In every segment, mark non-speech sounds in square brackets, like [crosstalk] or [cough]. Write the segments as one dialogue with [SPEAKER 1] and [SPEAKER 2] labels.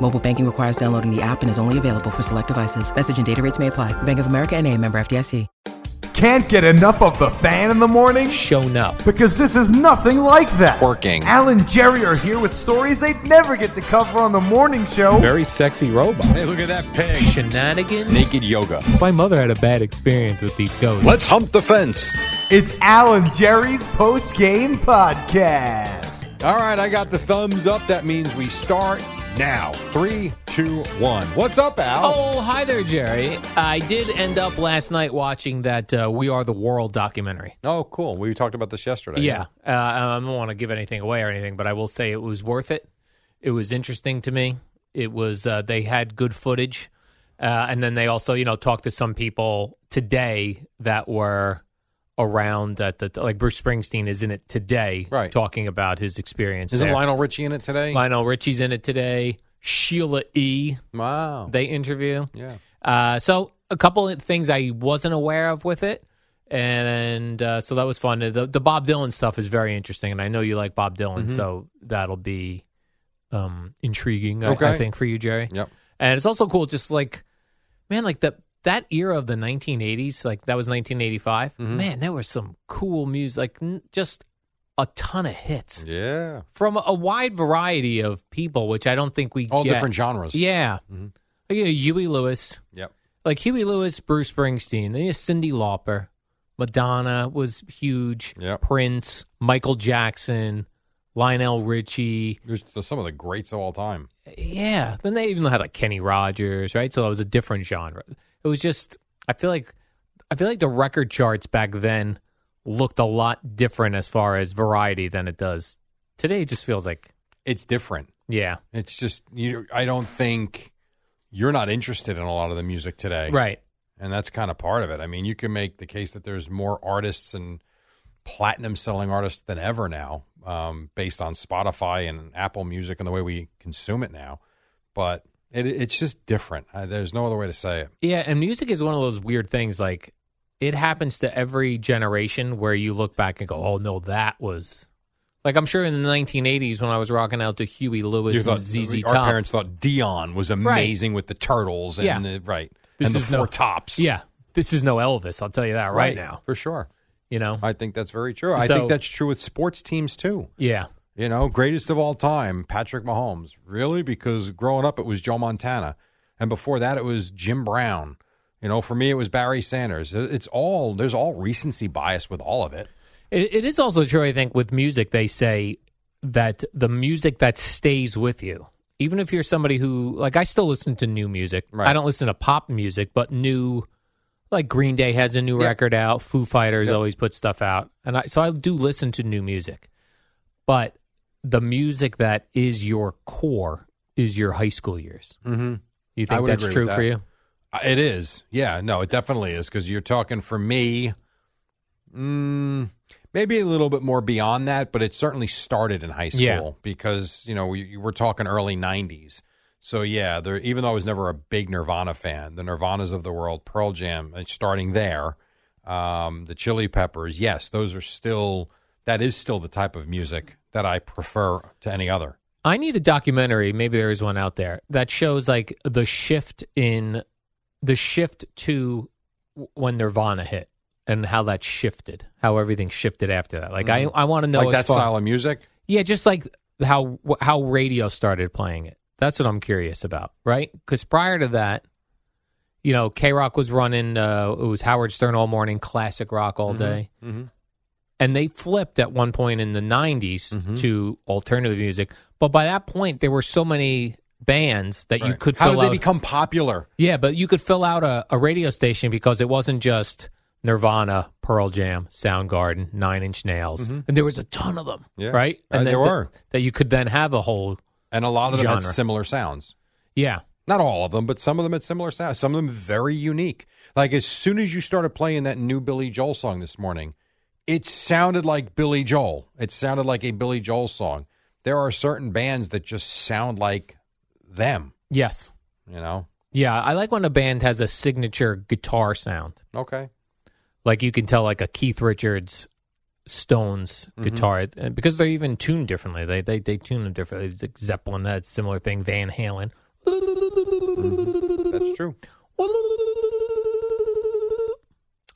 [SPEAKER 1] Mobile banking requires downloading the app and is only available for select devices. Message and data rates may apply. Bank of America and a member FDIC.
[SPEAKER 2] Can't get enough of the fan in the morning?
[SPEAKER 3] shown up.
[SPEAKER 2] Because this is nothing like that.
[SPEAKER 4] Working.
[SPEAKER 2] Al and Jerry are here with stories they'd never get to cover on the morning show.
[SPEAKER 3] Very sexy robot.
[SPEAKER 4] Hey, look at that pig.
[SPEAKER 3] Shenanigans.
[SPEAKER 4] Naked yoga.
[SPEAKER 3] My mother had a bad experience with these ghosts.
[SPEAKER 4] Let's hump the fence.
[SPEAKER 2] It's Al and Jerry's post game podcast.
[SPEAKER 4] All right, I got the thumbs up. That means we start now. Three, two, one. What's up, Al?
[SPEAKER 3] Oh, hi there, Jerry. I did end up last night watching that uh, We Are the World documentary.
[SPEAKER 4] Oh, cool. We talked about this yesterday.
[SPEAKER 3] Yeah. Uh, I don't want to give anything away or anything, but I will say it was worth it. It was interesting to me. It was, uh, they had good footage. Uh, and then they also, you know, talked to some people today that were around at the, like Bruce Springsteen is in it today,
[SPEAKER 4] Right.
[SPEAKER 3] talking about his experience.
[SPEAKER 4] Isn't
[SPEAKER 3] there.
[SPEAKER 4] Lionel Richie in it today?
[SPEAKER 3] Lionel Richie's in it today. Sheila E.
[SPEAKER 4] wow.
[SPEAKER 3] They interview.
[SPEAKER 4] yeah.
[SPEAKER 3] Uh, so a couple of things I wasn't aware of with it, and uh, so that was fun. The, the Bob Dylan stuff is very interesting, and I know you like Bob Dylan,
[SPEAKER 4] Mm-hmm.
[SPEAKER 3] so that'll be um, intriguing. I, I
[SPEAKER 4] Okay.
[SPEAKER 3] think for you, Jerry.
[SPEAKER 4] Yep.
[SPEAKER 3] And it's also cool, just like man, like that that era of the 1980s, like that was 1985.
[SPEAKER 4] Mm-hmm.
[SPEAKER 3] Man, there was some cool music, like n- just a ton of hits
[SPEAKER 4] Yeah.
[SPEAKER 3] from a wide variety of people, which I don't think we
[SPEAKER 4] All
[SPEAKER 3] get.
[SPEAKER 4] different genres. Mm-hmm.
[SPEAKER 3] Yeah, like you know, Huey Lewis,
[SPEAKER 4] Yep.
[SPEAKER 3] like Huey Lewis, Bruce Springsteen, then you have Cindy Lauper, Madonna was huge,
[SPEAKER 4] Yep.
[SPEAKER 3] Prince, Michael Jackson, Lionel Richie,
[SPEAKER 4] There's there's some of the greats of all time.
[SPEAKER 3] yeah. Then they even had like Kenny Rogers, right? So that was a different genre. It was just I feel like I feel like the record charts back then looked a lot different as far as variety than it does today. It just feels like
[SPEAKER 4] It's different.
[SPEAKER 3] yeah.
[SPEAKER 4] It's just you. I don't think you're not interested in a lot of the music today.
[SPEAKER 3] Right.
[SPEAKER 4] and that's kind of part of it. I mean, you can make the case that there's more artists and platinum selling artists than ever now, um, based on Spotify and Apple Music and the way we consume it now. But it, it's just different. Uh, there's no other way to say it.
[SPEAKER 3] Yeah, and music is one of those weird things. Like, it happens to every generation where you look back and go, "Oh no, that was." Like, I'm sure in the 1980s when I was rocking out to Huey Lewis
[SPEAKER 4] You
[SPEAKER 3] and
[SPEAKER 4] thought-
[SPEAKER 3] ZZ
[SPEAKER 4] our
[SPEAKER 3] Top.
[SPEAKER 4] parents thought Dion was amazing with the turtles and
[SPEAKER 3] Yeah.
[SPEAKER 4] the right
[SPEAKER 3] This
[SPEAKER 4] and the
[SPEAKER 3] is
[SPEAKER 4] four
[SPEAKER 3] no-
[SPEAKER 4] tops.
[SPEAKER 3] yeah, this is no Elvis. I'll tell you that right, now.
[SPEAKER 4] for sure.
[SPEAKER 3] You know.
[SPEAKER 4] I think that's very true. I
[SPEAKER 3] So-
[SPEAKER 4] think that's true with sports teams too.
[SPEAKER 3] yeah.
[SPEAKER 4] You know, greatest of all time, Patrick Mahomes. Really? Because growing up, it was Joe Montana. And before that, it was Jim Brown. You know, for me, it was Barry Sanders. It- It's all, there's all recency bias with all of it.
[SPEAKER 3] It, it is also true, I think, with music, they say that the music that stays with you, even if you're somebody who, like, I still listen to new music.
[SPEAKER 4] Right.
[SPEAKER 3] I don't listen to pop music, but new, like, Green Day has a new
[SPEAKER 4] Yep.
[SPEAKER 3] record out. Foo Fighters
[SPEAKER 4] Yep.
[SPEAKER 3] always put stuff out. And I, so I do listen to new music. But the music that is your core is your high school years.
[SPEAKER 4] Mm-hmm.
[SPEAKER 3] You
[SPEAKER 4] I
[SPEAKER 3] think
[SPEAKER 4] would
[SPEAKER 3] that's
[SPEAKER 4] agree
[SPEAKER 3] true
[SPEAKER 4] with
[SPEAKER 3] for
[SPEAKER 4] that.
[SPEAKER 3] you?
[SPEAKER 4] Uh, It is. Yeah. No, it definitely is. Because you're talking for me, mm, maybe a little bit more beyond that, but it certainly started in high school
[SPEAKER 3] Yeah.
[SPEAKER 4] because, you know, we, we're talking early 90s. So, yeah, there, even though I was never a big Nirvana fan, the Nirvanas of the world, Pearl Jam, it's starting there, um, the Chili Peppers, yes, those are still, that is still the type of music that I prefer to any other.
[SPEAKER 3] I need a documentary. Maybe there is one out there that shows like the shift in the shift to w- when Nirvana hit and how that shifted, how everything shifted after that. Like I, I want to know
[SPEAKER 4] Mm-hmm. like
[SPEAKER 3] as
[SPEAKER 4] that
[SPEAKER 3] far-
[SPEAKER 4] style of music?
[SPEAKER 3] Yeah, just like how wh- how radio started playing it. That's what I'm curious about, right? Because prior to that, you know, K Rock was running. Uh, it was Howard Stern all morning, classic rock all day,
[SPEAKER 4] mhm.
[SPEAKER 3] and they flipped at one point in the '90s
[SPEAKER 4] Mm-hmm.
[SPEAKER 3] to alternative music. But by that point, there were so many bands that you
[SPEAKER 4] Right.
[SPEAKER 3] could.
[SPEAKER 4] How
[SPEAKER 3] fill
[SPEAKER 4] did they
[SPEAKER 3] out-
[SPEAKER 4] become popular?
[SPEAKER 3] Yeah, but you could fill out a, a radio station because it wasn't just Nirvana, Pearl Jam, Soundgarden, Nine Inch Nails,
[SPEAKER 4] Mm-hmm.
[SPEAKER 3] and there was a ton of them,
[SPEAKER 4] Yeah.
[SPEAKER 3] right?
[SPEAKER 4] Uh,
[SPEAKER 3] And
[SPEAKER 4] there
[SPEAKER 3] that-
[SPEAKER 4] were.
[SPEAKER 3] that you could then have a whole.
[SPEAKER 4] And a lot of them had
[SPEAKER 3] Genre.
[SPEAKER 4] similar sounds.
[SPEAKER 3] Yeah,
[SPEAKER 4] Not all of them, but some of them had similar sounds. Some of them very unique. Like as soon as you started playing that new Billy Joel song this morning, it sounded like Billy Joel. It sounded like a Billy Joel song. There are certain bands that just sound like them,
[SPEAKER 3] yes,
[SPEAKER 4] you know?
[SPEAKER 3] yeah. I like when a band has a signature guitar sound.
[SPEAKER 4] Okay.
[SPEAKER 3] like you can tell like a Keith Richards Stones
[SPEAKER 4] Mm-hmm.
[SPEAKER 3] guitar uh, because they're even tuned differently. They they they tune them differently. It's like Zeppelin, that's similar thing. Van Halen.
[SPEAKER 4] Mm-hmm.
[SPEAKER 3] Mm-hmm.
[SPEAKER 4] That's true.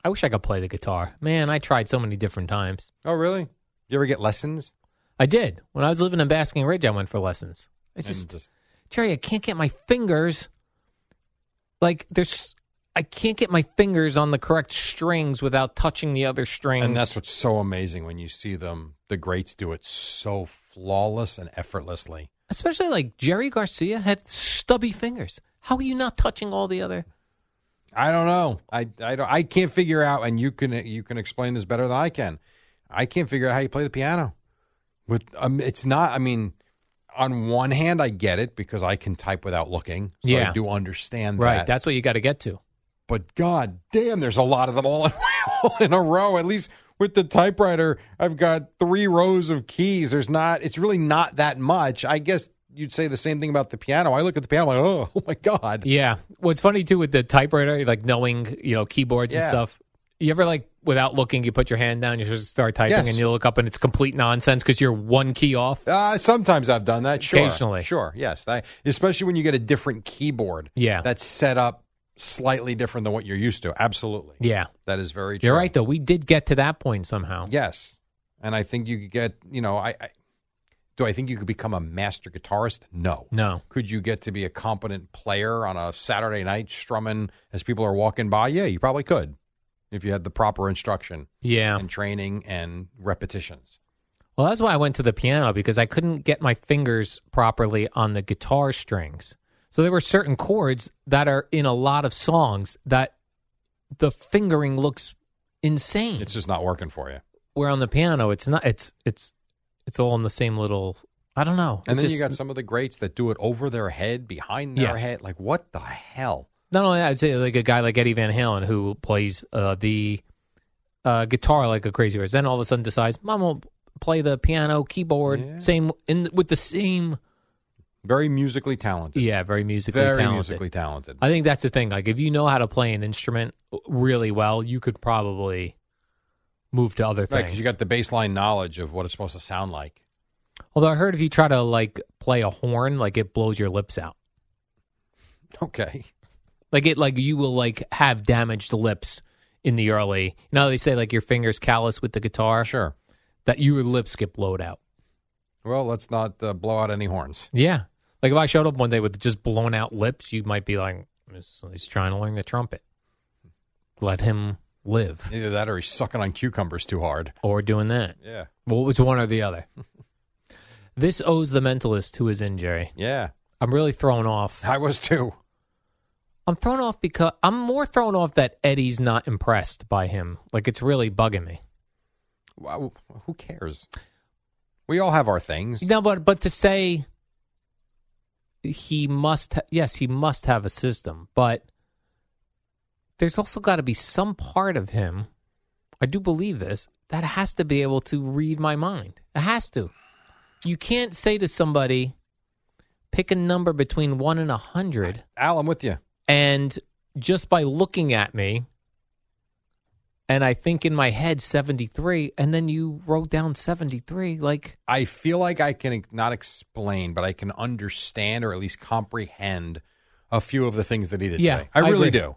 [SPEAKER 3] I wish I could play the guitar. Man, I tried so many different times.
[SPEAKER 4] Oh, really? You ever get lessons?
[SPEAKER 3] I did. When I was living in Basking Ridge, I went for lessons. It's
[SPEAKER 4] And uh,
[SPEAKER 3] just Jerry, I can't get my fingers. Like there's, I can't get my fingers on the correct strings without touching the other strings.
[SPEAKER 4] And that's what's so amazing when you see them. The greats do it so flawless and effortlessly.
[SPEAKER 3] especially like Jerry Garcia had stubby fingers. How are you not touching all the other?
[SPEAKER 4] I don't know. I I, don't, I can't figure out, and you can you can explain this better than I can. I can't figure out how you play the piano. With um, it's not. I mean, on one hand, I get it because I can type without looking. So
[SPEAKER 3] Yeah.
[SPEAKER 4] I do understand
[SPEAKER 3] Right,
[SPEAKER 4] that.
[SPEAKER 3] that's what you got to get to.
[SPEAKER 4] but god damn, there's a lot of them all in, [laughs] all in a row. At least with the typewriter, I've got three rows of keys. There's not. It's really not that much. I guess you'd say the same thing about the piano. I look at the piano, like, oh, [laughs] oh my god.
[SPEAKER 3] Yeah. What's funny too with the typewriter, like knowing you know keyboards and
[SPEAKER 4] Yeah.
[SPEAKER 3] stuff. You ever like without looking, you put your hand down, you just start typing,
[SPEAKER 4] Yes.
[SPEAKER 3] and you look up, and it's complete nonsense because you're one key off.
[SPEAKER 4] Uh, sometimes I've done that. Sure.
[SPEAKER 3] Occasionally.
[SPEAKER 4] Sure. Yes. I, especially when you get a different keyboard.
[SPEAKER 3] Yeah.
[SPEAKER 4] That's set up slightly different than what you're used to. Absolutely.
[SPEAKER 3] Yeah,
[SPEAKER 4] That is very true.
[SPEAKER 3] you're right though. We did get to that point somehow.
[SPEAKER 4] Yes. And I think you could get, you know, I, I do I think you could become a master guitarist? No.
[SPEAKER 3] No.
[SPEAKER 4] Could you get to be a competent player on a Saturday night strumming as people are walking by? Yeah, you probably could if you had the proper instruction
[SPEAKER 3] Yeah.
[SPEAKER 4] and training and repetitions.
[SPEAKER 3] Well, that's why I went to the piano because I couldn't get my fingers properly on the guitar strings. So there were certain chords that are in a lot of songs that the fingering looks insane.
[SPEAKER 4] It's just not working for you.
[SPEAKER 3] Where on the piano, it's not. It's it's it's all in the same little. I don't know.
[SPEAKER 4] And
[SPEAKER 3] It
[SPEAKER 4] then you
[SPEAKER 3] just-
[SPEAKER 4] got some of the greats that do it over their head, behind their
[SPEAKER 3] Yeah.
[SPEAKER 4] head. Like, what the hell?
[SPEAKER 3] not only that, I'd say like a guy like Eddie Van Halen who plays uh, the uh, guitar like a crazy horse. Then all of a sudden decides, "Mom will play the piano, keyboard,
[SPEAKER 4] Yeah.
[SPEAKER 3] same in with the same."
[SPEAKER 4] Very musically talented.
[SPEAKER 3] Yeah, very musically
[SPEAKER 4] Very
[SPEAKER 3] talented.
[SPEAKER 4] musically talented.
[SPEAKER 3] I think that's the thing. Like, if you know how to play an instrument really well, you could probably move to other
[SPEAKER 4] Right,
[SPEAKER 3] things.
[SPEAKER 4] 'cause you got the baseline knowledge of what it's supposed to sound like. [laughs]
[SPEAKER 3] Although I heard if you try to like play a horn, like it blows your lips out.
[SPEAKER 4] Okay.
[SPEAKER 3] Like it, like you will like have damaged lips in the early. Now they say like your fingers callous with the guitar.
[SPEAKER 4] Sure.
[SPEAKER 3] That your lips get blowed out.
[SPEAKER 4] Well, let's not uh, blow out any horns.
[SPEAKER 3] Yeah. Like if I showed up one day with just blown out lips, you might be like, "He's- he's trying to learn the trumpet. Let him live,
[SPEAKER 4] Either that or he's sucking on cucumbers too hard.
[SPEAKER 3] or doing that.
[SPEAKER 4] Yeah.
[SPEAKER 3] Well, it was one or the other. [laughs] this owes the mentalist who is in, Jerry.
[SPEAKER 4] Yeah.
[SPEAKER 3] I'm really thrown off.
[SPEAKER 4] I was too.
[SPEAKER 3] I'm thrown off because I'm more thrown off that Eddie's not impressed by him. Like it's really bugging me.
[SPEAKER 4] Wow. Who cares? We all have our things.
[SPEAKER 3] No, but but to say he must, ha- yes, he must have a system, but there's also got to be some part of him. I do believe this that has to be able to read my mind. It has to. You can't say to somebody, pick a number between one and a hundred,
[SPEAKER 4] Al, I'm with you.
[SPEAKER 3] and just by looking at me. And I think in my head 73, and then you wrote down 73. Like,
[SPEAKER 4] I feel like I can ex- not explain, but I can understand or at least comprehend a few of the things that he did
[SPEAKER 3] Yeah,
[SPEAKER 4] say. I
[SPEAKER 3] I
[SPEAKER 4] really
[SPEAKER 3] agree.
[SPEAKER 4] do.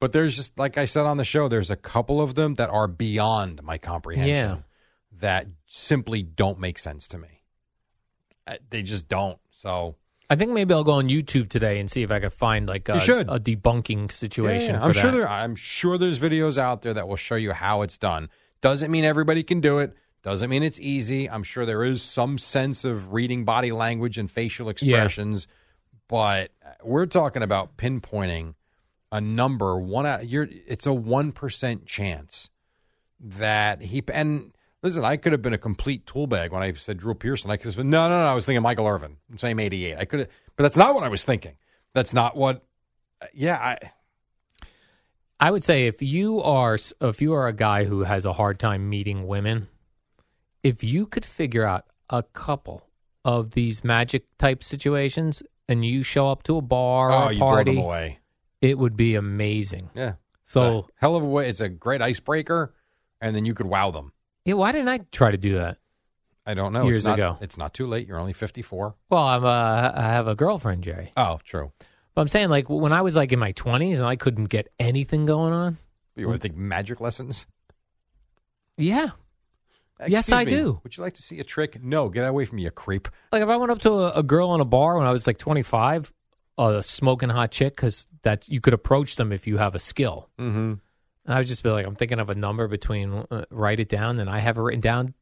[SPEAKER 4] But there's just like I said on the show, there's a couple of them that are beyond my comprehension
[SPEAKER 3] Yeah.
[SPEAKER 4] that simply don't make sense to me. Uh, They just don't. So
[SPEAKER 3] I think maybe I'll go on YouTube today and see if I can find like a,
[SPEAKER 4] should.
[SPEAKER 3] a debunking situation.
[SPEAKER 4] Yeah,
[SPEAKER 3] for
[SPEAKER 4] I'm sure
[SPEAKER 3] that.
[SPEAKER 4] there. I'm sure there's videos out there that will show you how it's done. Doesn't mean everybody can do it. Doesn't mean it's easy. I'm sure there is some sense of reading body language and facial expressions, but we're talking about pinpointing a number one. out- You're it's a one percent chance that he and listen. I could have been a complete tool bag when I said Drew Pearson. I could have said no, no, no. I was thinking Michael Irvin, same '88. I could have, but that's not what I was thinking. That's not what. Yeah, I.
[SPEAKER 3] I would say if you are s- if you are a guy who has a hard time meeting women, if you could figure out a couple of these magic type situations and you show up to a bar
[SPEAKER 4] oh,
[SPEAKER 3] or a
[SPEAKER 4] you blow them
[SPEAKER 3] party,
[SPEAKER 4] away.
[SPEAKER 3] it would be amazing.
[SPEAKER 4] Yeah.
[SPEAKER 3] So
[SPEAKER 4] hell of a way. It's a great icebreaker, and then you could wow them.
[SPEAKER 3] yeah, why didn't I try to do that?
[SPEAKER 4] I don't know.
[SPEAKER 3] Years
[SPEAKER 4] it's not,
[SPEAKER 3] ago.
[SPEAKER 4] it's not too late. You're only 54.
[SPEAKER 3] Well, I'm uh, I have a girlfriend, Jerry.
[SPEAKER 4] Oh, true.
[SPEAKER 3] But I'm saying like when I was like in my 20s and I couldn't get anything going on.
[SPEAKER 4] You
[SPEAKER 3] Mm.
[SPEAKER 4] want to take magic lessons?
[SPEAKER 3] Yeah. Yes, I do.
[SPEAKER 4] Would you like to see a trick? No, get away from me, you creep.
[SPEAKER 3] Like if I went up to a, a girl in a bar when I was like 25, a smoking hot chick, because that's you could approach them if you have a skill.
[SPEAKER 4] Mm-hmm.
[SPEAKER 3] And I would just be like, I'm thinking of a number between uh, write it down, and I have it written down.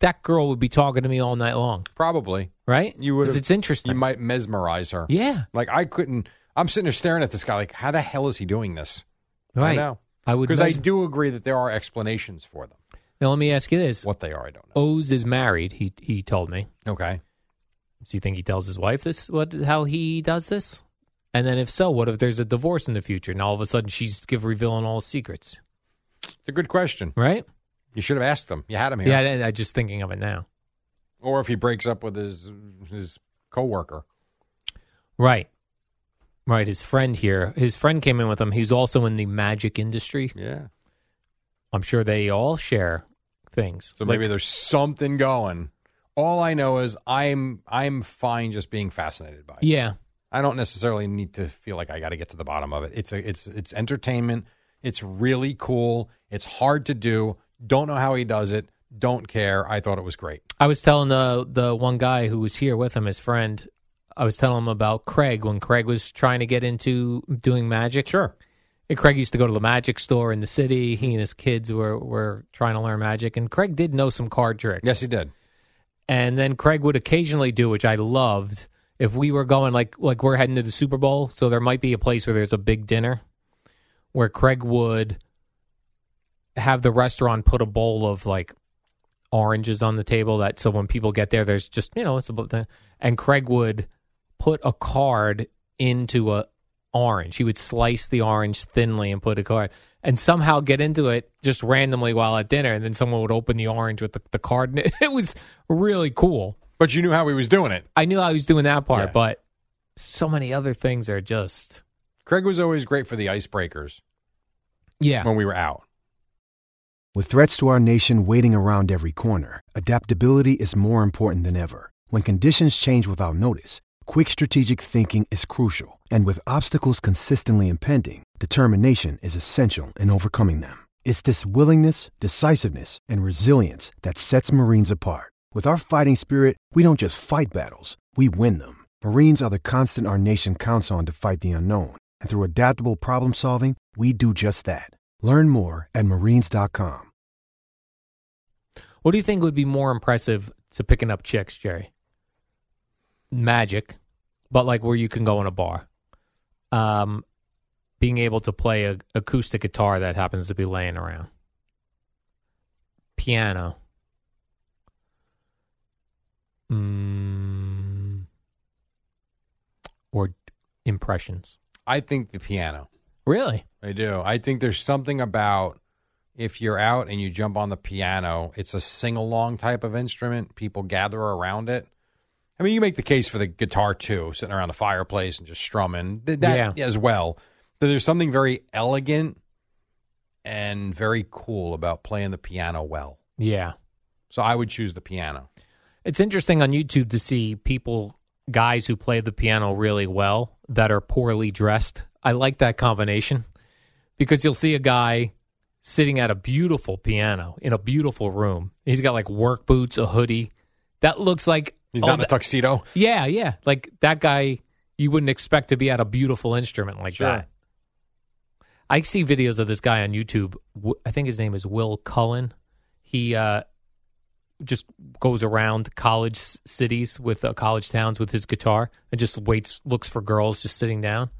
[SPEAKER 3] That girl would be talking to me all night long,
[SPEAKER 4] Probably.
[SPEAKER 3] right?
[SPEAKER 4] You would.
[SPEAKER 3] 'Cause
[SPEAKER 4] have-
[SPEAKER 3] It's interesting.
[SPEAKER 4] You might mesmerize her.
[SPEAKER 3] yeah,
[SPEAKER 4] Like I couldn't. I'm sitting there staring at this guy. Like, how the hell is he doing this? I
[SPEAKER 3] right.
[SPEAKER 4] know.
[SPEAKER 3] I would.
[SPEAKER 4] Because I
[SPEAKER 3] mes-
[SPEAKER 4] do agree that there are explanations for them.
[SPEAKER 3] now, let me ask you this:
[SPEAKER 4] What they are, I don't know.
[SPEAKER 3] O's is married. He he told me.
[SPEAKER 4] Okay.
[SPEAKER 3] Do you think he tells his wife this? What how he does this? And then if so, what if there's a divorce in the future, and all of a sudden she's give revealing all secrets,
[SPEAKER 4] It's a good question.
[SPEAKER 3] right?
[SPEAKER 4] You should have asked them. You had them here.
[SPEAKER 3] Yeah, I, I just thinking of it now.
[SPEAKER 4] or if he breaks up with his his coworker.
[SPEAKER 3] Right. Right. His friend here, his friend came in with him. He's also in the magic industry.
[SPEAKER 4] Yeah.
[SPEAKER 3] I'm sure they all share things.
[SPEAKER 4] So maybe
[SPEAKER 3] Like,
[SPEAKER 4] there's something going. All I know is I'm I'm fine just being fascinated by it.
[SPEAKER 3] yeah.
[SPEAKER 4] I don't necessarily need to feel like I got to get to the bottom of it. It's a it's it's entertainment. It's really cool. It's hard to do. Don't know how he does it. Don't care. I thought it was great.
[SPEAKER 3] I was telling the the one guy who was here with him, his friend, I was telling him about Craig when Craig was trying to get into doing magic.
[SPEAKER 4] Sure.
[SPEAKER 3] And Craig used to go to the magic store in the city. He and his kids were, were trying to learn magic. And Craig did know some card tricks.
[SPEAKER 4] Yes, he did.
[SPEAKER 3] and then Craig would occasionally do, which I loved. If we were going like like we're heading to the Super Bowl, so there might be a place where there's a big dinner, where Craig would have the restaurant put a bowl of like oranges on the table that so when people get there, there's just you know it's a and Craig would put a card into a orange. He would slice the orange thinly and put a card and somehow get into it just randomly while at dinner. And then someone would open the orange with the, the card. [laughs] in it. It was really cool.
[SPEAKER 4] But you knew how he was doing it.
[SPEAKER 3] I knew I was doing that part,
[SPEAKER 4] Yeah.
[SPEAKER 3] but so many other things are just.
[SPEAKER 4] Craig was always great for the icebreakers
[SPEAKER 3] Yeah.
[SPEAKER 4] when we were out.
[SPEAKER 5] With threats to our nation waiting around every corner, adaptability is more important than ever. When conditions change without notice, quick strategic thinking is crucial, and with obstacles consistently impending, determination is essential in overcoming them. It's this willingness, decisiveness, and resilience that sets Marines apart. With our fighting spirit, we don't just fight battles, we win them. Marines are the constant our nation counts on to fight the unknown, and through adaptable problem solving, we do just that. Learn more at marines.com.
[SPEAKER 3] What do you think would be more impressive to picking up chicks, Jerry? Magic, but like where you can go in a bar. Um, being able to play a acoustic guitar that happens to be laying around. Piano. Mm, or impressions.
[SPEAKER 4] I think the piano.
[SPEAKER 3] Really?
[SPEAKER 4] I do. I think there's something about if you're out and you jump on the piano, it's a sing along type of instrument. People gather around it. I mean, you make the case for the guitar too, sitting around a fireplace and just strumming Th- that as well. But there's something very elegant and very cool about playing the piano well.
[SPEAKER 3] Yeah.
[SPEAKER 4] So I would choose the piano.
[SPEAKER 3] It's interesting on YouTube to see people, guys who play the piano really well that are poorly dressed. I like that combination because you'll see a guy sitting at a beautiful piano in a beautiful room. He's got like work boots, a hoodie. That looks like
[SPEAKER 4] He's
[SPEAKER 3] Oh,
[SPEAKER 4] not in a
[SPEAKER 3] that-
[SPEAKER 4] tuxedo.
[SPEAKER 3] [laughs] Yeah, yeah. Like that guy, you wouldn't expect to be at a beautiful instrument like
[SPEAKER 4] Sure.
[SPEAKER 3] that. I see videos of this guy on YouTube. W- I think his name is Will Cullen. He uh, just goes around college s- cities with uh, college towns with his guitar and just waits, looks for girls just sitting down.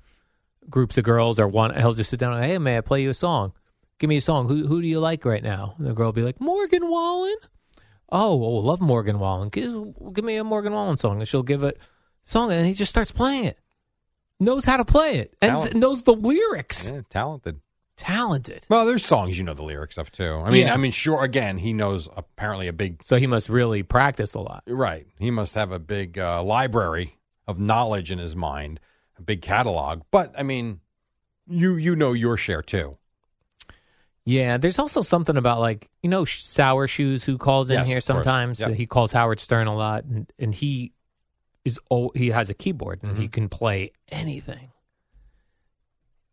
[SPEAKER 3] Groups of girls are one. He'll just sit down and hey, may I play you a song? Give me a song. Who who do you like right now? And the girl will be like Morgan Wallen. Oh, well, love Morgan Wallen. Give, give me a Morgan Wallen song, and she'll give it song, and he just starts playing it. Knows how to play it and
[SPEAKER 4] Talent.
[SPEAKER 3] knows the lyrics.
[SPEAKER 4] Yeah, talented.
[SPEAKER 3] Talented.
[SPEAKER 4] Well, there's songs you know the lyrics of too. I mean,
[SPEAKER 3] Yeah.
[SPEAKER 4] I mean, sure. Again, he knows apparently a big
[SPEAKER 3] So he must really practice a lot.
[SPEAKER 4] right. He must have a big uh, library of knowledge in his mind, a big catalog. But I mean, you you know your share too.
[SPEAKER 3] Yeah, there's also something about like you know Sh- Sour Shoes who calls in
[SPEAKER 4] Yes,
[SPEAKER 3] here
[SPEAKER 4] of course.
[SPEAKER 3] sometimes.
[SPEAKER 4] Yep.
[SPEAKER 3] He calls Howard Stern a lot, and, and he is oh he has a keyboard and
[SPEAKER 4] Mm-hmm.
[SPEAKER 3] he can play anything.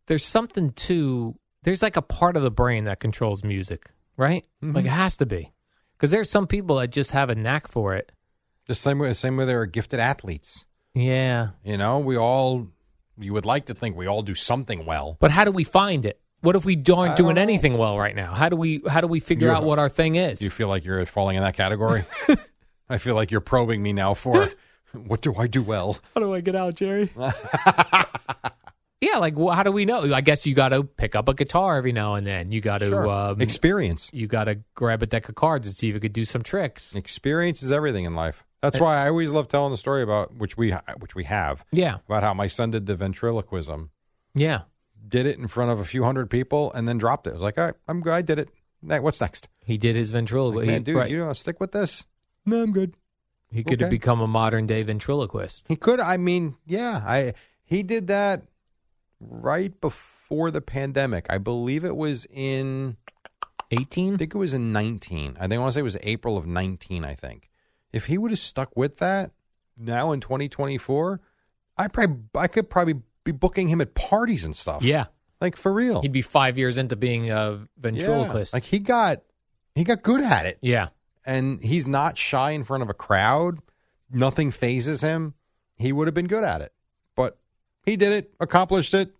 [SPEAKER 3] There's something to there's like a part of the brain that controls music, right?
[SPEAKER 4] Mm-hmm.
[SPEAKER 3] Like it has to be because there's some people that just have a knack for it.
[SPEAKER 4] The same way, same way they are gifted athletes.
[SPEAKER 3] Yeah,
[SPEAKER 4] You know, we all you would like to think we all do something well.
[SPEAKER 3] but how do we find it? What if we
[SPEAKER 4] I
[SPEAKER 3] aren't
[SPEAKER 4] don't
[SPEAKER 3] doing
[SPEAKER 4] know.
[SPEAKER 3] anything well right now? How do we how do we figure
[SPEAKER 4] You're-
[SPEAKER 3] out what our thing is?
[SPEAKER 4] Do you feel like you're falling in that category? I feel like you're probing me now for what do I do well?
[SPEAKER 3] How do I get out,
[SPEAKER 4] [laughs]
[SPEAKER 3] Jerry? yeah, like wh- how do we know? I guess you got to pick up a guitar every now and then. You got to um,
[SPEAKER 4] Experience.
[SPEAKER 3] you got to grab a deck of cards and see if you could do some tricks.
[SPEAKER 4] Experience is everything in life. That's why I always love telling the story about which we which we have
[SPEAKER 3] Yeah,
[SPEAKER 4] about how my son did the ventriloquism,
[SPEAKER 3] yeah.
[SPEAKER 4] did it in front of a few hundred people, and then dropped it. It was like, all right, I'm good. I did it. Ne- What's next?
[SPEAKER 3] He did his
[SPEAKER 4] Like,
[SPEAKER 3] ventriloquist.
[SPEAKER 4] man,
[SPEAKER 3] he,
[SPEAKER 4] dude,
[SPEAKER 3] right.
[SPEAKER 4] you don't stick with this. No, I'm good.
[SPEAKER 3] he could have
[SPEAKER 4] okay.
[SPEAKER 3] become a modern day ventriloquist.
[SPEAKER 4] He could. I mean, yeah. I he did that right before the pandemic. I believe it was in. I
[SPEAKER 3] Eighteen.
[SPEAKER 4] think it was in 19. I think I want to say it was April of 19, I think. If he would have stuck with that now in 2024, I probably I could probably be booking him at parties and stuff.
[SPEAKER 3] Yeah,
[SPEAKER 4] Like for real.
[SPEAKER 3] he'd be five years into being a
[SPEAKER 4] Yeah.
[SPEAKER 3] ventriloquist. Yeah,
[SPEAKER 4] Like he got he got good at it.
[SPEAKER 3] yeah.
[SPEAKER 4] And he's not shy in front of a crowd. Nothing phases him. He would have been good at it. But he did it, accomplished it.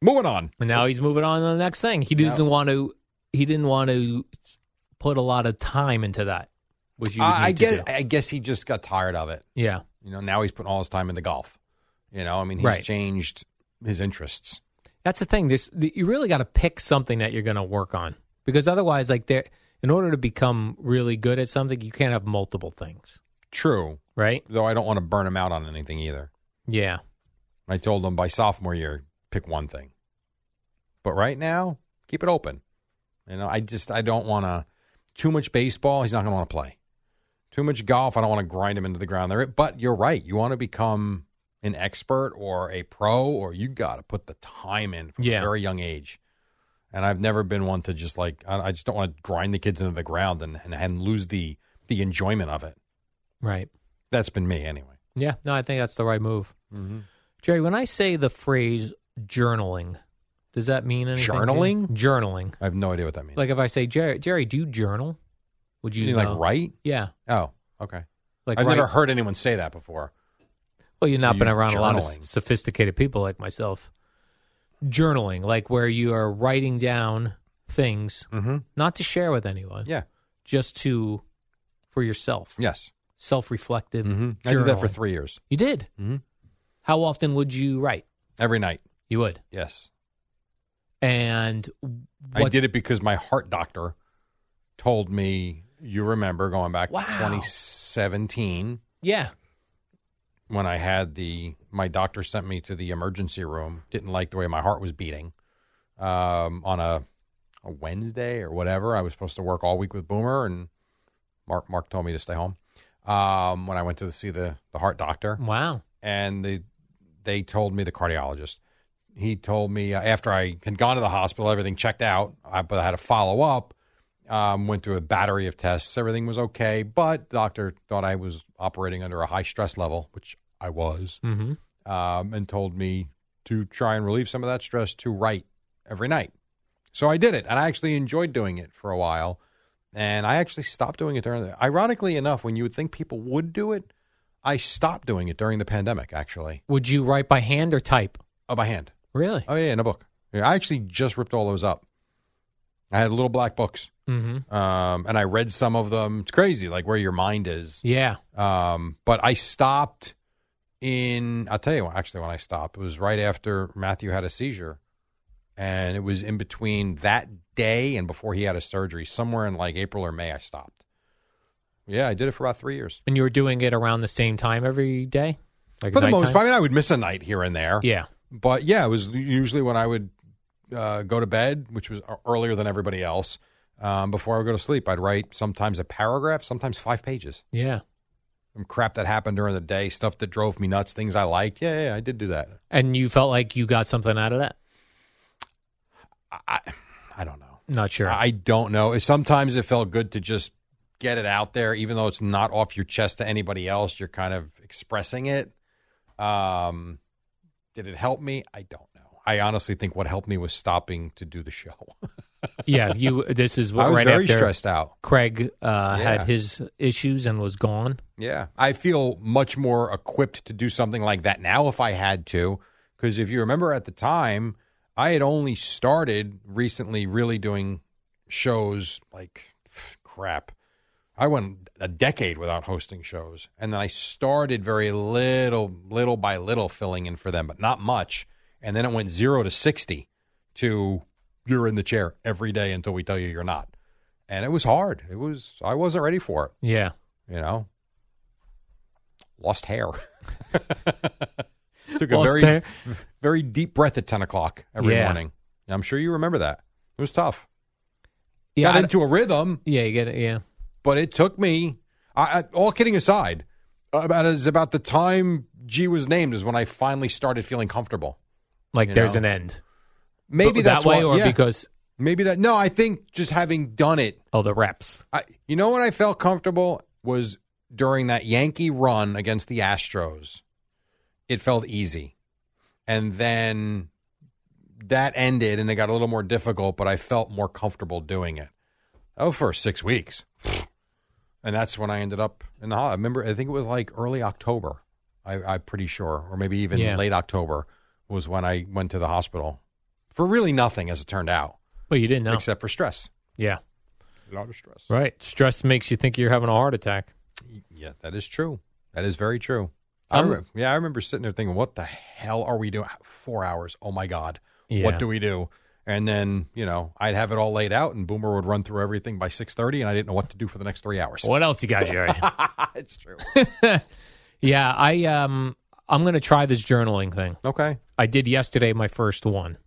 [SPEAKER 4] Moving on.
[SPEAKER 3] And now he's moving on to the next thing. He doesn't want to. He didn't want to s- put a lot of time into that. Which you would
[SPEAKER 4] I, I
[SPEAKER 3] need to
[SPEAKER 4] guess
[SPEAKER 3] do.
[SPEAKER 4] I guess he just got tired of it.
[SPEAKER 3] yeah.
[SPEAKER 4] You know, now he's putting all his time into golf. You know, I mean, he's
[SPEAKER 3] Right.
[SPEAKER 4] changed his interests.
[SPEAKER 3] That's the thing. There's th- you really got to pick something that you're going to work on because otherwise, like there, in order to become really good at something, you can't have multiple things,
[SPEAKER 4] True,
[SPEAKER 3] right?
[SPEAKER 4] though I don't want to burn him out on anything either.
[SPEAKER 3] Yeah,
[SPEAKER 4] I told him by sophomore year, pick one thing. But right now, keep it open. You know, I just I don't want to too much baseball. He's not going to want to play. Too much golf. I don't want to grind him into the ground there. But you're right. You want to become an expert or a pro, or you got to put the time in from
[SPEAKER 3] Yeah.
[SPEAKER 4] a very young age. And I've never been one to just like I, I just don't want to grind the kids into the ground and, and and lose the the enjoyment of it.
[SPEAKER 3] right.
[SPEAKER 4] That's been me anyway.
[SPEAKER 3] Yeah, no, I think that's the right move,
[SPEAKER 4] Mm-hmm.
[SPEAKER 3] Jerry. When I say the phrase journaling, does that mean anything? to you?
[SPEAKER 4] Journaling?
[SPEAKER 3] journaling.
[SPEAKER 4] I have no idea what that means.
[SPEAKER 3] Like if I say Jerry, Jerry, do you journal? Would you,
[SPEAKER 4] you mean
[SPEAKER 3] know?
[SPEAKER 4] like write?
[SPEAKER 3] Yeah,
[SPEAKER 4] Oh, okay.
[SPEAKER 3] like
[SPEAKER 4] I've
[SPEAKER 3] right-
[SPEAKER 4] never heard anyone say that before.
[SPEAKER 3] Well, you've not
[SPEAKER 4] Are
[SPEAKER 3] been
[SPEAKER 4] you
[SPEAKER 3] around a lot of
[SPEAKER 4] journaling?
[SPEAKER 3] s- sophisticated people like myself. Journaling, like where you are writing down things,
[SPEAKER 4] Mhm.
[SPEAKER 3] not to share with anyone,
[SPEAKER 4] Yeah.
[SPEAKER 3] just to for yourself,
[SPEAKER 4] Yes.
[SPEAKER 3] self-reflective.
[SPEAKER 4] hmm I did that for
[SPEAKER 3] journaling.
[SPEAKER 4] three years.
[SPEAKER 3] You did.
[SPEAKER 4] Mhm.
[SPEAKER 3] How often would you write?
[SPEAKER 4] Every night.
[SPEAKER 3] You would,
[SPEAKER 4] Yes.
[SPEAKER 3] and
[SPEAKER 4] I
[SPEAKER 3] what-
[SPEAKER 4] did it because my heart doctor told me, you remember going back
[SPEAKER 3] Wow.
[SPEAKER 4] to 2017
[SPEAKER 3] Yeah,
[SPEAKER 4] when I had the, my doctor sent me to the emergency room, didn't like the way my heart was beating um, on a, a Wednesday or whatever. I was supposed to work all week with Boomer and Mark, Mark told me to stay home um, when I went to see the, the heart doctor.
[SPEAKER 3] wow,
[SPEAKER 4] and they they told me the cardiologist. He told me uh, after I had gone to the hospital, everything checked out, I, but I had a follow up. Um, went through a battery of tests. Everything was okay, but the doctor thought I was operating under a high stress level, which I was,
[SPEAKER 3] mm-hmm.
[SPEAKER 4] um, and told me to try and relieve some of that stress to write every night. So I did it, and I actually enjoyed doing it for a while. And I actually stopped doing it during the. Ironically enough, when you would think people would do it, I stopped doing it during the pandemic, actually.
[SPEAKER 3] Would you write by hand or type?
[SPEAKER 4] Oh, by hand.
[SPEAKER 3] Really?
[SPEAKER 4] Oh, yeah, in a book. Yeah, I actually just ripped all those up. I had little black books,
[SPEAKER 3] Mm-hmm.
[SPEAKER 4] um, and I read some of them. It's crazy, like where your mind is.
[SPEAKER 3] Yeah.
[SPEAKER 4] Um, but I stopped in, I'll tell you what, actually, when I stopped, it was right after Matthew had a seizure. And it was in between that day and before he had a surgery, somewhere in like April or May, I stopped. Yeah, I did it for about three years.
[SPEAKER 3] And you were doing it around the same time every day? Like
[SPEAKER 4] For the most
[SPEAKER 3] nighttime?
[SPEAKER 4] part, I mean, I would miss a night here and there.
[SPEAKER 3] Yeah.
[SPEAKER 4] But yeah, it was usually when I would uh, go to bed, which was ear- earlier than everybody else. Um, before I would go to sleep, I'd write sometimes a paragraph, sometimes five pages.
[SPEAKER 3] Yeah.
[SPEAKER 4] Some crap that happened during the day, stuff that drove me nuts, things I liked. Yeah, yeah, I did do that.
[SPEAKER 3] And you felt like you got something out of that?
[SPEAKER 4] I, I- I don't know.
[SPEAKER 3] Not sure.
[SPEAKER 4] I don't know. Sometimes it felt good to just get it out there, even though it's not off your chest to anybody else. You're kind of expressing it. Um, did it help me? I don't know. I honestly think what helped me was stopping to do the show.
[SPEAKER 3] [laughs] yeah. You. This is
[SPEAKER 4] [laughs] I
[SPEAKER 3] what
[SPEAKER 4] was
[SPEAKER 3] right
[SPEAKER 4] very
[SPEAKER 3] after
[SPEAKER 4] stressed out.
[SPEAKER 3] Craig uh,
[SPEAKER 4] Yeah.
[SPEAKER 3] had his issues and was gone.
[SPEAKER 4] Yeah, I feel much more equipped to do something like that now if I had to. Because if you remember at the time, I had only started recently really doing shows like [sighs] crap. I went a decade without hosting shows, and then I started very little, little by little filling in for them, but not much. And then it went zero to sixty to you're in the chair every day until we tell you you're not. And it was hard. It was I wasn't ready for it
[SPEAKER 3] Yeah.
[SPEAKER 4] you know, lost hair. [laughs] Took a
[SPEAKER 3] Lost
[SPEAKER 4] very,
[SPEAKER 3] hair.
[SPEAKER 4] very deep breath at 10 o'clock every
[SPEAKER 3] Yeah.
[SPEAKER 4] morning. I'm sure you remember that. It was tough.
[SPEAKER 3] Yeah.
[SPEAKER 4] Got
[SPEAKER 3] I-
[SPEAKER 4] into a rhythm,
[SPEAKER 3] yeah. You get it. Yeah.
[SPEAKER 4] but it took me, I, I, all kidding aside, about as about the time G was named is when I finally started feeling comfortable.
[SPEAKER 3] Like
[SPEAKER 4] You
[SPEAKER 3] there's
[SPEAKER 4] know?
[SPEAKER 3] an end.
[SPEAKER 4] Maybe
[SPEAKER 3] But
[SPEAKER 4] that's
[SPEAKER 3] that way,
[SPEAKER 4] why,
[SPEAKER 3] or
[SPEAKER 4] yeah.
[SPEAKER 3] because
[SPEAKER 4] maybe that. No, I think just having done it
[SPEAKER 3] oh the reps.
[SPEAKER 4] I, you know when I felt comfortable was during that Yankee run against the Astros. It felt easy. And then that ended and it got a little more difficult, but I felt more comfortable doing it. Oh, for six weeks. [sighs] And that's when I ended up in the ho- I remember, I think it was like early October, I, I'm pretty sure, or maybe even
[SPEAKER 3] Yeah.
[SPEAKER 4] late October was when I went to the hospital for really nothing, as it turned out,
[SPEAKER 3] Well, you didn't know.
[SPEAKER 4] except for stress.
[SPEAKER 3] yeah.
[SPEAKER 4] A lot of stress.
[SPEAKER 3] Right. Stress makes you think you're having a heart attack.
[SPEAKER 4] Yeah, that is true. That is very true. I
[SPEAKER 3] I'm-
[SPEAKER 4] remember, yeah, I remember sitting there thinking, "What the hell are we doing? Four hours? Oh my god!
[SPEAKER 3] Yeah.
[SPEAKER 4] What do we do?" And then you know, I'd have it all laid out, and Boomer would run through everything by six thirty, and I didn't know what to do for the next three hours.
[SPEAKER 3] What else you got, Jerry?
[SPEAKER 4] [laughs] it's true.
[SPEAKER 3] [laughs] yeah. I um. I'm gonna try this journaling thing.
[SPEAKER 4] okay.
[SPEAKER 3] I did yesterday my first one,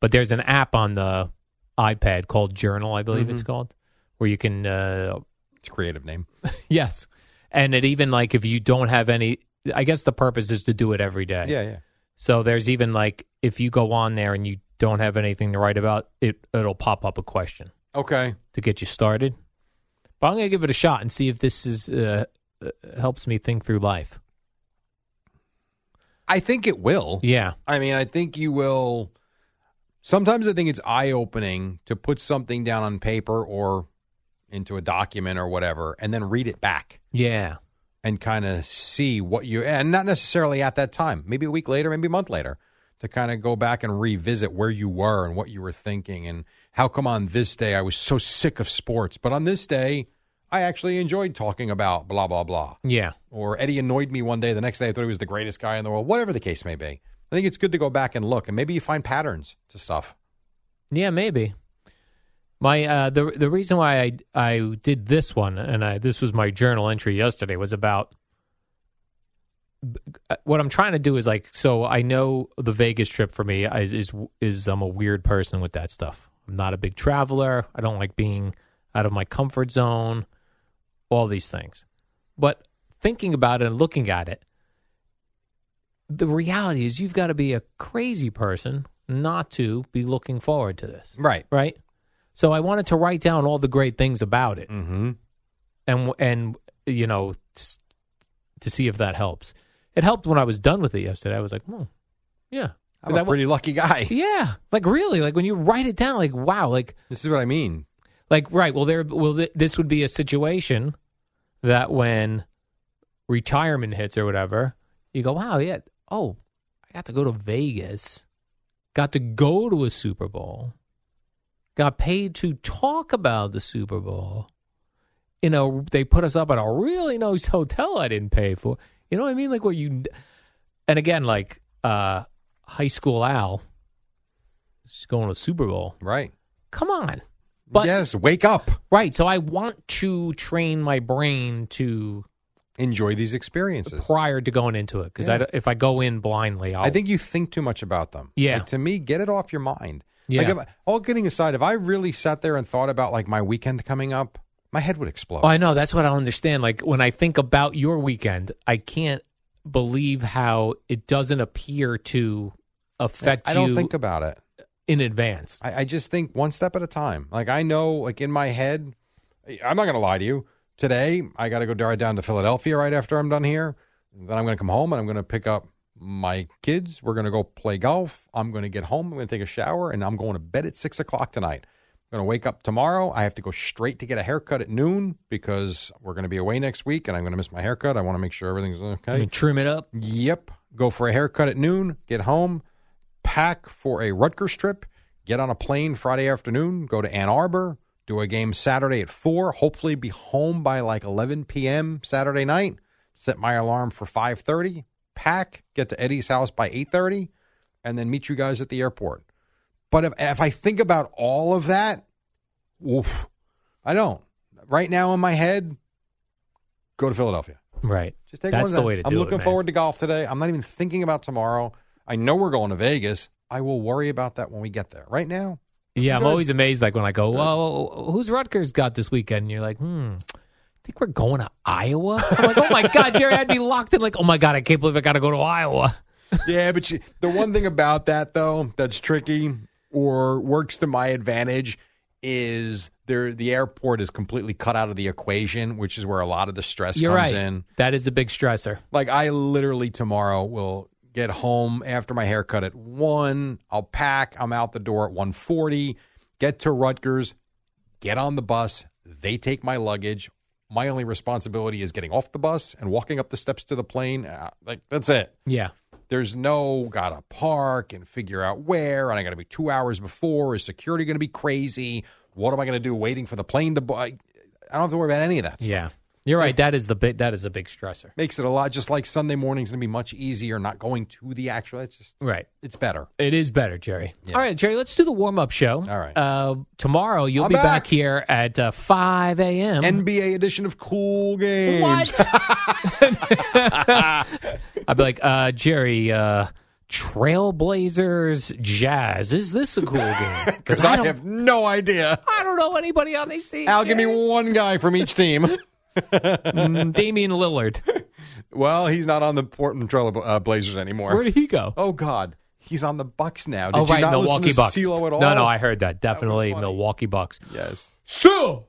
[SPEAKER 3] but there's an app on the iPad called Journal, I believe it's called, where you can uh,
[SPEAKER 4] It's a creative name.
[SPEAKER 3] yes, and it even like if you don't have any, I guess the purpose is to do it every day.
[SPEAKER 4] Yeah, yeah.
[SPEAKER 3] So there's even like if you go on there and you don't have anything to write about, it it'll pop up a question
[SPEAKER 4] Okay.
[SPEAKER 3] to get you started. But I'm gonna give it a shot and see if this is uh, uh, helps me think through life.
[SPEAKER 4] I think it will.
[SPEAKER 3] Yeah,
[SPEAKER 4] I mean, I think you will. Sometimes I think it's eye opening to put something down on paper or into a document or whatever, and then read it back.
[SPEAKER 3] yeah,
[SPEAKER 4] and kind of see what you and not necessarily at that time maybe a week later maybe a month later to kind of go back and revisit where you were and what you were thinking and how come on this day i was so sick of sports but on this day i actually enjoyed talking about blah blah blah
[SPEAKER 3] yeah.
[SPEAKER 4] or eddie annoyed me one day the next day i thought he was the greatest guy in the world whatever the case may be i think it's good to go back and look and maybe you find patterns to stuff
[SPEAKER 3] Yeah, maybe. My uh, the the reason why I I did this one and I this was my journal entry yesterday was about uh, what I'm trying to do is like so I know the Vegas trip for me is is is I'm a weird person with that stuff. I'm not a big traveler. I don't like being out of my comfort zone. All these things, but thinking about it and looking at it, the reality is you've got to be a crazy person not to be looking forward to this
[SPEAKER 4] right
[SPEAKER 3] right? So I wanted to write down all the great things about it,
[SPEAKER 4] mm-hmm
[SPEAKER 3] and and you know, s- to see if that helps. It helped when I was done with it yesterday. I was like, hmm, yeah, 'Cause
[SPEAKER 4] i'm
[SPEAKER 3] I
[SPEAKER 4] a
[SPEAKER 3] wa-
[SPEAKER 4] pretty lucky guy [laughs]
[SPEAKER 3] yeah, like really, like when you write it down, like wow, like
[SPEAKER 4] this is what i mean
[SPEAKER 3] like right. Well, there, well, th- this would be a situation that when retirement hits or whatever, you go, wow, yeah, oh, I got to go to Vegas, got to go to a Super Bowl, got paid to talk about the Super Bowl. You know, they put us up at a really nice hotel I didn't pay for. You know what I mean? Like where you, and again, like uh high school Al is going to Super Bowl.
[SPEAKER 4] Right.
[SPEAKER 3] Come on. But
[SPEAKER 4] yes, wake up.
[SPEAKER 3] Right. So I want to train my brain to
[SPEAKER 4] Enjoy these experiences.
[SPEAKER 3] prior to going into it because
[SPEAKER 4] Yeah.
[SPEAKER 3] if I go in blindly, I'll,
[SPEAKER 4] I think you think too much about them.
[SPEAKER 3] Yeah.
[SPEAKER 4] Like, to me, get it off your mind.
[SPEAKER 3] Yeah.
[SPEAKER 4] Like if, I- all kidding aside, if I really sat there and thought about like my weekend coming up, my head would explode.
[SPEAKER 3] Oh, I know. That's what I understand. Like when I think about your weekend, I can't believe how it doesn't appear to affect
[SPEAKER 4] I don't
[SPEAKER 3] you
[SPEAKER 4] think about it.
[SPEAKER 3] in advance.
[SPEAKER 4] I, I just think one step at a time. Like I know, like in my head, I- I'm not going to lie to you. Today, I got to go drive down to Philadelphia right after I'm done here. Then I'm going to come home and I'm going to pick up my kids. We're going to go play golf. I'm going to get home. I'm going to take a shower and I'm going to bed at six o'clock tonight. I'm going to wake up tomorrow. I have to go straight to get a haircut at noon because we're going to be away next week and I'm going to miss my haircut. I want to make sure everything's
[SPEAKER 3] I
[SPEAKER 4] okay.
[SPEAKER 3] mean, trim it up.
[SPEAKER 4] Yep. Go for a haircut at noon, get home, pack for a Rutgers trip, get on a plane Friday afternoon, go to Ann Arbor, do a game Saturday at 4, hopefully be home by like 11 p.m. Saturday night, set my alarm for 5:30, pack, get to Eddie's house by 8:30, and then meet you guys at the airport. But if, if I think about all of that, oof, I don't. Right now in my head, go to Philadelphia.
[SPEAKER 3] Right.
[SPEAKER 4] Just take
[SPEAKER 3] That's
[SPEAKER 4] one
[SPEAKER 3] the
[SPEAKER 4] day.
[SPEAKER 3] way to
[SPEAKER 4] I'm
[SPEAKER 3] do it,
[SPEAKER 4] looking
[SPEAKER 3] man.
[SPEAKER 4] forward to golf today. I'm not even thinking about tomorrow. I know we're going to Vegas. I will worry about that when we get there. Right now,
[SPEAKER 3] Yeah, I'm
[SPEAKER 4] Good.
[SPEAKER 3] always amazed. Like when I go, "Whoa, who's Rutgers got this weekend?" And you're like, "Hmm, I think we're going to Iowa." I'm like, "Oh my god, Jerry, I'd be locked in." Like, "Oh my god, I can't believe I got to go to Iowa."
[SPEAKER 4] [laughs] yeah, but you, the one thing about that though that's tricky or works to my advantage is there the airport is completely cut out of the equation, which is where a lot of the stress
[SPEAKER 3] you're
[SPEAKER 4] comes
[SPEAKER 3] right.
[SPEAKER 4] in.
[SPEAKER 3] That is a big stressor.
[SPEAKER 4] Like I literally tomorrow will get home after my haircut at one. I'll pack. I'm out the door at one forty. Get to Rutgers. Get on the bus. They take my luggage. My only responsibility is getting off the bus and walking up the steps to the plane. Uh, Like that's it.
[SPEAKER 3] Yeah.
[SPEAKER 4] There's no gotta park and figure out where, and I gotta be two hours before. Is security gonna be crazy? What am I gonna do waiting for the plane to? bu- I I don't have to worry about any of that. stuff
[SPEAKER 3] Yeah. You're right. That is the big. That is a big stressor.
[SPEAKER 4] makes it a lot just like Sunday morning's gonna be much easier not going to the actual it's just
[SPEAKER 3] Right.
[SPEAKER 4] it's better.
[SPEAKER 3] It is better, Jerry.
[SPEAKER 4] Yeah.
[SPEAKER 3] All right, Jerry, let's do the warm up show.
[SPEAKER 4] All right.
[SPEAKER 3] Uh, tomorrow, you'll
[SPEAKER 4] I'm
[SPEAKER 3] be back.
[SPEAKER 4] back.
[SPEAKER 3] here at uh, 5 a.m.
[SPEAKER 4] NBA edition of cool games.
[SPEAKER 3] Um,
[SPEAKER 4] [laughs]
[SPEAKER 3] What? I'll be like, uh, Jerry, uh, Trailblazers Jazz. Is this a cool
[SPEAKER 4] [laughs]
[SPEAKER 3] game?
[SPEAKER 4] Because I, have no idea.
[SPEAKER 3] I don't know anybody on these teams.
[SPEAKER 4] Al, give me one guy from each team. [laughs]
[SPEAKER 3] [laughs] Damian Lillard.
[SPEAKER 4] well, he's not on the Portland Trail uh, Blazers anymore.
[SPEAKER 3] Where did he go?
[SPEAKER 4] oh God, he's on the Bucks now. Did
[SPEAKER 3] oh,
[SPEAKER 4] you
[SPEAKER 3] right,
[SPEAKER 4] not
[SPEAKER 3] Milwaukee
[SPEAKER 4] listen to
[SPEAKER 3] Bucks.
[SPEAKER 4] CeeLo at all?
[SPEAKER 3] No, no, I heard that. Definitely
[SPEAKER 4] funny.
[SPEAKER 3] Milwaukee Bucks.
[SPEAKER 4] yes.
[SPEAKER 3] So,